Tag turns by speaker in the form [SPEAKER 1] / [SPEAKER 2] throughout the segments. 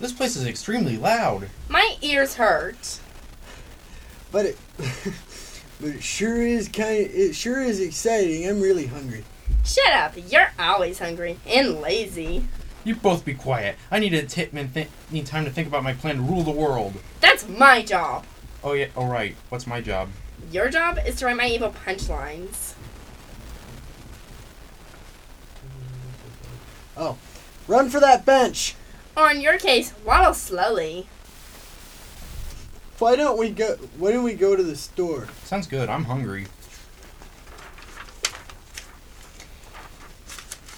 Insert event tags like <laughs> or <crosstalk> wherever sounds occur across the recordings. [SPEAKER 1] This place is extremely loud.
[SPEAKER 2] My ears hurt.
[SPEAKER 3] But it, <laughs> but it sure is kind. Of, it sure is exciting. I'm really hungry.
[SPEAKER 2] Shut up. You're always hungry and lazy.
[SPEAKER 1] You both be quiet. I need a tip and th- need time to think about my plan to rule the world.
[SPEAKER 2] That's my job.
[SPEAKER 1] Oh yeah. All right. What's my job?
[SPEAKER 2] Your job is to write my evil punchlines.
[SPEAKER 3] Oh, run for that bench!
[SPEAKER 2] Or in your case, waddle slowly.
[SPEAKER 3] Why don't we go? Why don't we go to the store?
[SPEAKER 1] Sounds good. I'm hungry.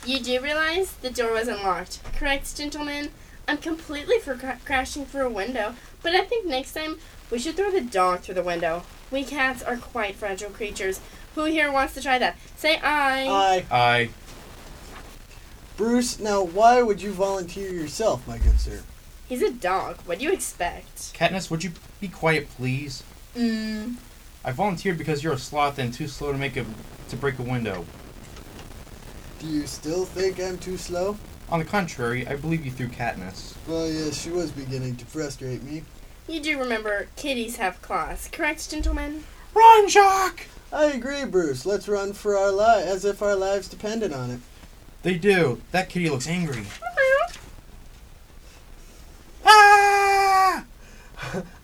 [SPEAKER 2] You do realize the door wasn't locked, correct, gentlemen? I'm completely for cra- crashing through a window, but I think next time we should throw the dog through the window. We cats are quite fragile creatures. Who here wants to try that? Say I.
[SPEAKER 3] I,
[SPEAKER 1] I.
[SPEAKER 3] Bruce. Now, why would you volunteer yourself, my good sir?
[SPEAKER 2] He's a dog. What do you expect?
[SPEAKER 1] Katniss, would you be quiet, please?
[SPEAKER 2] Mm.
[SPEAKER 1] I volunteered because you're a sloth and too slow to make a to break a window.
[SPEAKER 3] Do you still think I'm too slow?
[SPEAKER 1] On the contrary, I believe you through Katniss.
[SPEAKER 3] Well, yes, she was beginning to frustrate me.
[SPEAKER 2] You do remember kitties have claws, correct, gentlemen?
[SPEAKER 1] Run, Jacques!
[SPEAKER 3] I agree, Bruce. Let's run for our lives as if our lives depended on it.
[SPEAKER 1] They do. That kitty looks angry. Ah!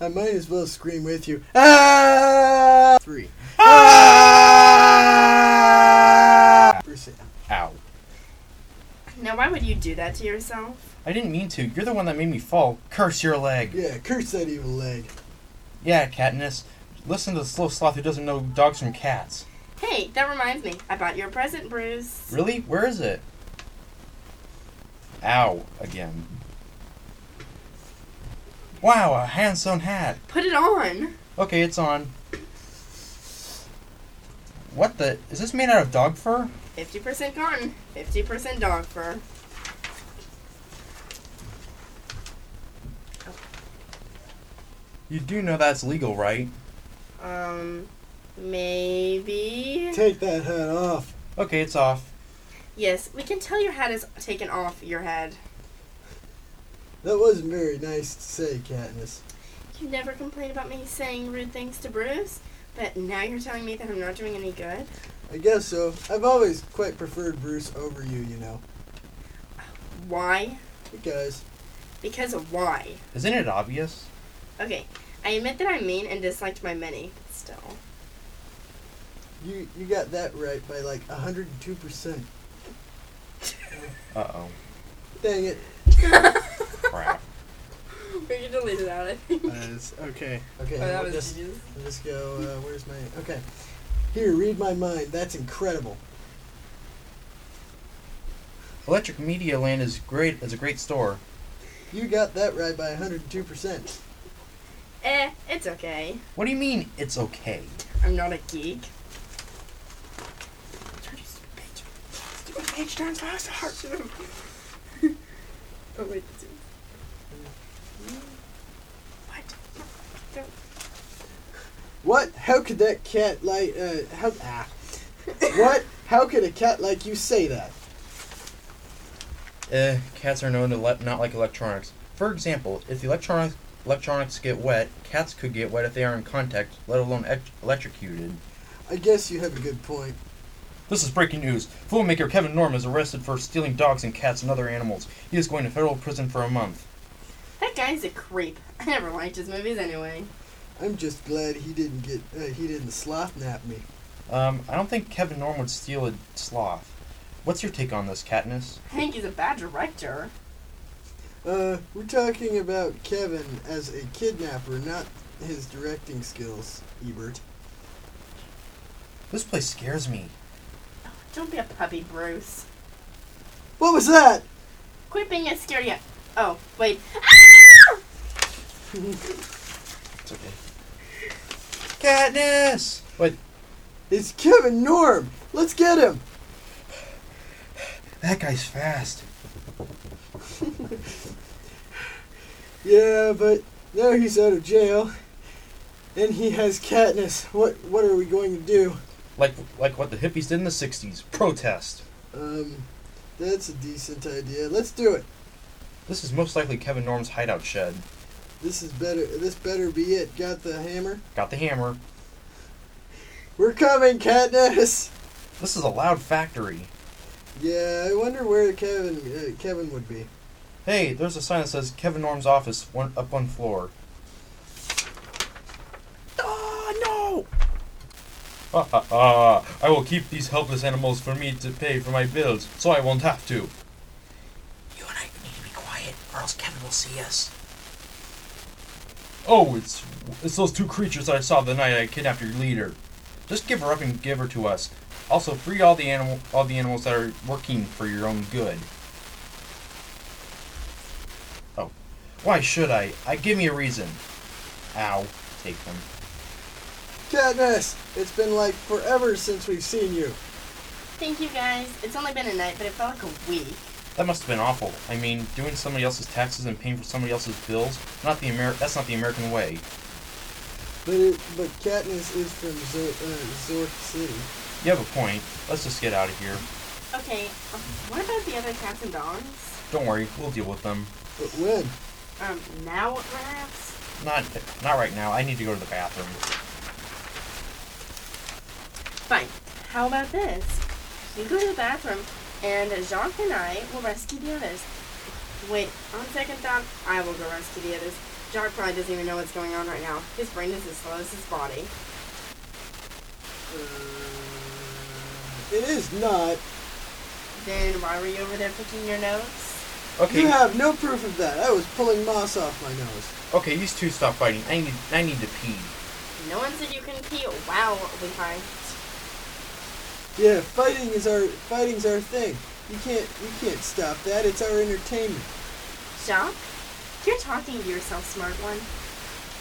[SPEAKER 3] I might as well scream with you. Ah! Three.
[SPEAKER 1] Ah!
[SPEAKER 3] Bruce,
[SPEAKER 1] Ow.
[SPEAKER 2] Now, why would you do that to yourself?
[SPEAKER 1] I didn't mean to. You're the one that made me fall. Curse your leg.
[SPEAKER 3] yeah, curse that evil leg.
[SPEAKER 1] Yeah, Katniss. Listen to the slow sloth who doesn't know dogs from cats.
[SPEAKER 2] Hey, that reminds me. I bought you a present, Bruce.
[SPEAKER 1] Really? Where is it? Ow. Again. Wow, a handsome hat.
[SPEAKER 2] Put it on.
[SPEAKER 1] Okay, it's on. What the? Is this made out of dog fur?
[SPEAKER 2] 50% cotton, 50% dog fur.
[SPEAKER 1] You do know that's legal, right?
[SPEAKER 2] Um, maybe.
[SPEAKER 3] Take that hat off.
[SPEAKER 1] Okay, it's off.
[SPEAKER 2] Yes, we can tell your hat is taken off your head.
[SPEAKER 3] That wasn't very nice to say, Katniss.
[SPEAKER 2] You never complain about me saying rude things to Bruce, but now you're telling me that I'm not doing any good?
[SPEAKER 3] I guess so. I've always quite preferred Bruce over you, you know.
[SPEAKER 2] Why?
[SPEAKER 3] Because
[SPEAKER 2] Because of why?
[SPEAKER 1] Isn't it obvious?
[SPEAKER 2] Okay, I admit that I'm mean and disliked by many, but still.
[SPEAKER 3] you you got that right by like 102%.
[SPEAKER 1] Uh oh.
[SPEAKER 3] Dang it.
[SPEAKER 2] <laughs>
[SPEAKER 1] Crap.
[SPEAKER 2] We can delete it out, I think.
[SPEAKER 3] Uh, okay. Okay.
[SPEAKER 2] Oh, that
[SPEAKER 3] we'll
[SPEAKER 2] was
[SPEAKER 3] just,
[SPEAKER 2] genius.
[SPEAKER 3] we'll just go, uh, where's my. Okay. Here, read my mind. That's incredible.
[SPEAKER 1] Electric Media Land is great. Is a great store.
[SPEAKER 3] You got that right by 102%.
[SPEAKER 2] Eh, it's okay.
[SPEAKER 1] What do you mean it's okay?
[SPEAKER 2] I'm not a geek. Turn this page. Do a page turns faster. <laughs> oh wait. this is- What?
[SPEAKER 3] What? How could that cat like. Uh, how.
[SPEAKER 2] <laughs>
[SPEAKER 3] Ah. what? How could a cat like you say that?
[SPEAKER 1] Eh, cats are known to le- not like electronics. For example, if the electronics electronics get wet, cats could get wet if they are in contact, let alone ec- electrocuted.
[SPEAKER 3] I guess you have a good point.
[SPEAKER 1] This is breaking news. Filmmaker Kevin Norm is arrested for stealing dogs and cats and other animals. He is going to federal prison for a month.
[SPEAKER 2] That guy's a creep. I never liked his movies anyway.
[SPEAKER 3] I'm just glad he didn't get. Uh, he didn't sloth nap me.
[SPEAKER 1] Um, I don't think Kevin Norm would steal a sloth. What's your take on this, Katniss?
[SPEAKER 2] I think he's a bad director.
[SPEAKER 3] Uh, we're talking about Kevin as a kidnapper, not his directing skills, Ebert.
[SPEAKER 1] This place scares me.
[SPEAKER 2] Don't be a puppy, Bruce.
[SPEAKER 3] What was that?
[SPEAKER 2] Quit being a scaredy. cat. Oh wait.
[SPEAKER 1] It's okay. Katniss! What?
[SPEAKER 3] It's Kevin Norm. Let's get him.
[SPEAKER 1] That guy's fast.
[SPEAKER 3] Yeah, but now he's out of jail, and he has Katniss. What what are we going to do?
[SPEAKER 1] Like, like what the hippies did in the 60s. Protest.
[SPEAKER 3] Um, that's a decent idea. Let's do it.
[SPEAKER 1] This is most likely Kevin Norm's hideout shed.
[SPEAKER 3] This is better. This better be it. Got the hammer?
[SPEAKER 1] Got the hammer.
[SPEAKER 3] We're coming, Katniss.
[SPEAKER 1] This is a loud factory.
[SPEAKER 3] Yeah, I wonder where Kevin uh, Kevin would be.
[SPEAKER 1] Hey, there's a sign that says Kevin Norm's office, one up one floor. Oh no! Ha ha ha! <laughs> I will keep these helpless animals for me to pay for my bills, so I won't have to. You and I need to be quiet, or else Kevin will see us. Oh, it's it's those two creatures that I saw the night I kidnapped your leader. Just give her up and give her to us. Also, free all the animal all the animals that are working for your own good. Oh, why should I? I give me a reason. Ow, take them.
[SPEAKER 3] Katniss, it's been like forever since we've seen you.
[SPEAKER 2] Thank you guys. It's only been a night, but it felt like a week.
[SPEAKER 1] That must have been awful. I mean, doing somebody else's taxes and paying for somebody else's bills, not the Ameri- that's not the American way.
[SPEAKER 3] But it, but Katniss is from Zor- uh, Zork City.
[SPEAKER 1] You have a point. Let's just get out of here.
[SPEAKER 2] Okay, um, what about the other cats and dogs?
[SPEAKER 1] Don't worry, we'll deal with them.
[SPEAKER 3] But when?
[SPEAKER 2] Um, now perhaps?
[SPEAKER 1] Not not right now. I need to go to the bathroom.
[SPEAKER 2] Fine. How about this? You go to the bathroom, and Jacques and I will rescue the others. Wait, on second thought, I will go rescue the others. Jacques probably doesn't even know what's going on right now. His brain is as slow as his body.
[SPEAKER 3] Uh, It is not.
[SPEAKER 2] Then why were you over there picking your nose?
[SPEAKER 1] Okay.
[SPEAKER 3] You have no proof of that. I was pulling moss off my nose.
[SPEAKER 1] Okay, these two stop fighting. I need I need to pee.
[SPEAKER 2] No one said you can pee. Wow, we fight.
[SPEAKER 3] Yeah, fighting is our fighting's our thing. You can't you can't stop that. It's our entertainment.
[SPEAKER 2] Jacques, you're talking to yourself, smart one. <laughs>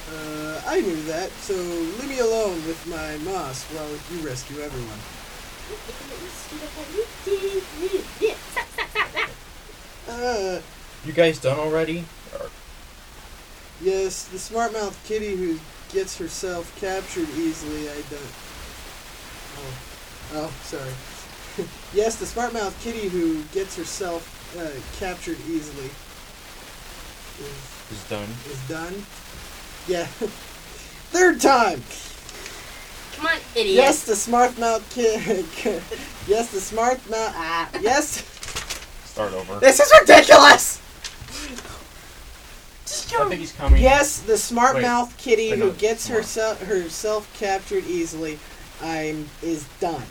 [SPEAKER 3] Uh, I knew that, so leave me alone with my moss while you rescue everyone. Uh,
[SPEAKER 1] You guys done already? Or-
[SPEAKER 3] yes, the smart mouth kitty who gets herself captured easily. I don't. Oh, oh, sorry. <laughs> yes, the smart mouth kitty who gets herself uh, captured easily is,
[SPEAKER 1] Is done.
[SPEAKER 3] is done. Yeah, <laughs> third time.
[SPEAKER 2] Come on, idiot.
[SPEAKER 3] Yes, the smart mouth kid. <laughs> yes, the smart mouth. Ah, yes.
[SPEAKER 1] Start over.
[SPEAKER 3] This is ridiculous.
[SPEAKER 2] Just
[SPEAKER 1] I
[SPEAKER 2] go.
[SPEAKER 1] think he's coming.
[SPEAKER 3] Yes, the smart
[SPEAKER 1] Wait.
[SPEAKER 3] mouth kitty
[SPEAKER 1] Wait,
[SPEAKER 3] who
[SPEAKER 1] no,
[SPEAKER 3] gets
[SPEAKER 1] smart.
[SPEAKER 3] herself herself captured easily, I'm is done.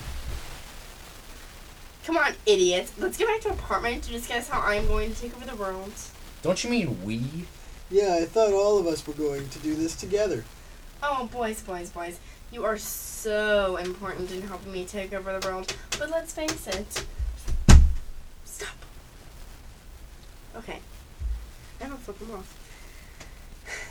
[SPEAKER 2] Come on, idiot. Let's get back to apartment to discuss how I'm going to take over the world.
[SPEAKER 1] Don't you mean we?
[SPEAKER 3] Yeah, I thought all of us were going to do this together.
[SPEAKER 2] Oh, boys, boys, boys. You are so important in helping me take over the world. But let's face it. Stop. Okay. I don't flip them off.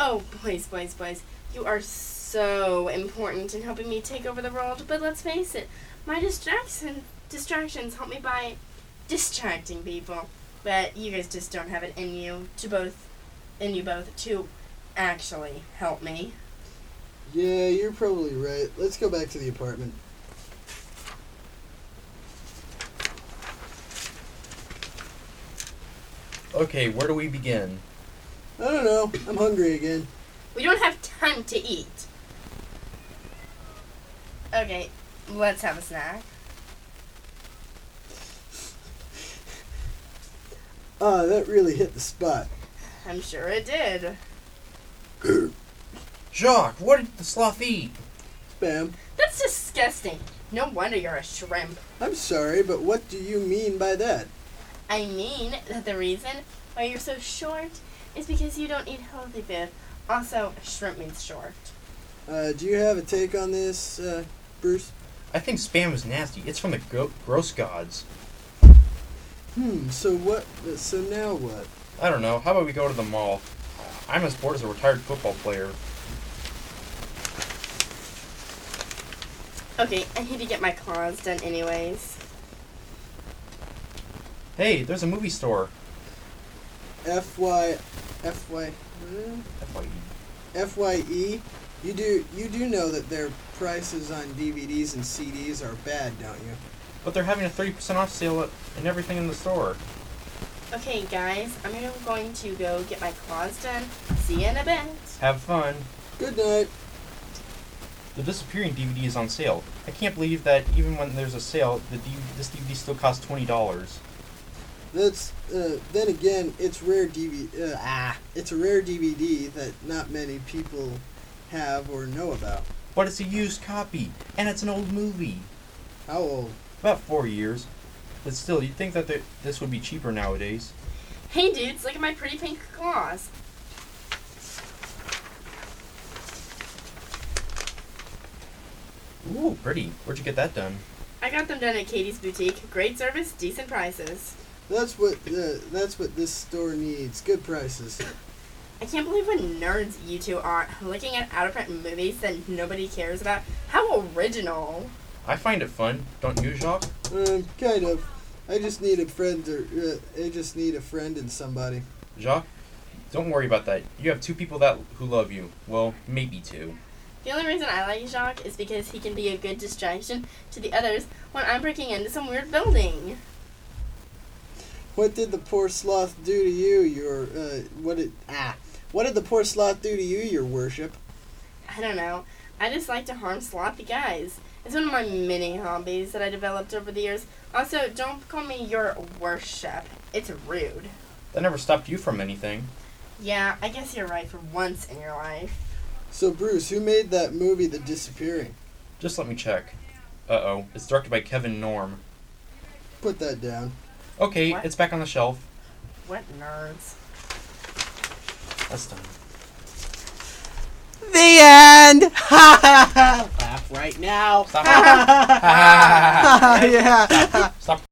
[SPEAKER 2] Oh, boys, boys, boys. You are so important in helping me take over the world. But let's face it. My distraction distractions help me by distracting people. But you guys just don't have it in you to both in you both to actually help me.
[SPEAKER 3] Yeah, you're probably right. Let's go back to the apartment.
[SPEAKER 1] Okay, where do we begin?
[SPEAKER 3] I don't know. I'm hungry again.
[SPEAKER 2] We don't have time to eat. Okay, let's have a snack.
[SPEAKER 3] Ah, that really hit the spot. <clears throat>
[SPEAKER 2] I'm sure it did.
[SPEAKER 1] Jacques, what did the sloth eat?
[SPEAKER 3] Bam.
[SPEAKER 2] That's disgusting. No wonder you're a shrimp.
[SPEAKER 3] I'm sorry, but what do you mean by that?
[SPEAKER 2] I mean that the reason why you're so short is because you don't eat healthy food. Also, shrimp means short.
[SPEAKER 3] Uh, do you have a take on this, uh, Bruce?
[SPEAKER 1] I think spam is nasty. It's from the go- gross gods.
[SPEAKER 3] Hmm. So what? So now what?
[SPEAKER 1] I don't know. How about we go to the mall? I'm as bored as a retired football player.
[SPEAKER 2] Okay, I need to get my claws done anyways.
[SPEAKER 1] Hey, there's a movie store.
[SPEAKER 3] Fy, fy. Huh?
[SPEAKER 1] That's why you-
[SPEAKER 3] FYE, E? you do you do know that their prices on DVDs and CDs are bad, don't you?
[SPEAKER 1] But they're having a 30% off sale at- and everything in the store.
[SPEAKER 2] Okay, guys, I'm gonna- going to go get my claws done. See you in a bit.
[SPEAKER 1] Have fun.
[SPEAKER 3] Good night.
[SPEAKER 1] The Disappearing DVD is on sale. I can't believe that even when there's a sale, the D- this DVD still costs twenty dollars.
[SPEAKER 3] That's uh, then again, it's rare DVD. Uh, ah, it's a rare DVD that not many people have or know about.
[SPEAKER 1] But it's a used copy, and it's an old movie,
[SPEAKER 3] How old?
[SPEAKER 1] about four years. But still, you'd think that th- this would be cheaper nowadays.
[SPEAKER 2] Hey, dudes, look at my pretty pink claws.
[SPEAKER 1] Ooh, pretty. Where'd you get that done?
[SPEAKER 2] I got them done at Katie's Boutique. Great service, decent prices.
[SPEAKER 3] That's what uh, that's what this store needs. Good prices.
[SPEAKER 2] I can't believe what nerds you two are looking at out of print movies that nobody cares about. How original.
[SPEAKER 1] I find it fun, don't you, Jacques?
[SPEAKER 3] Um, kind of. I just need a friend. Or, uh, I just need a friend and somebody.
[SPEAKER 1] Jacques, don't worry about that. You have two people that who love you. Well, maybe two.
[SPEAKER 2] The only reason I like Jacques is because he can be a good distraction to the others when I'm breaking into some weird building.
[SPEAKER 3] What did the poor sloth do to you, your uh, what did ah? What did the poor sloth do to you, your worship?
[SPEAKER 2] I don't know. I just like to harm sloppy guys. It's one of my many hobbies that I developed over the years. Also, don't call me your worship. It's rude.
[SPEAKER 1] That never stopped you from anything.
[SPEAKER 2] Yeah, I guess you're right for once in your life.
[SPEAKER 3] So Bruce, who made that movie, The Disappearing?
[SPEAKER 1] Just let me check. Uh oh, it's directed by Kevin Norm.
[SPEAKER 3] Put that down.
[SPEAKER 1] Okay,
[SPEAKER 2] What?
[SPEAKER 1] it's back on the shelf.
[SPEAKER 2] What nerds.
[SPEAKER 1] That's done.
[SPEAKER 3] The end. <laughs> Ha
[SPEAKER 1] <laughs>
[SPEAKER 3] ha ha! Laugh right now.
[SPEAKER 1] Stop.
[SPEAKER 3] yeah.
[SPEAKER 1] Stop.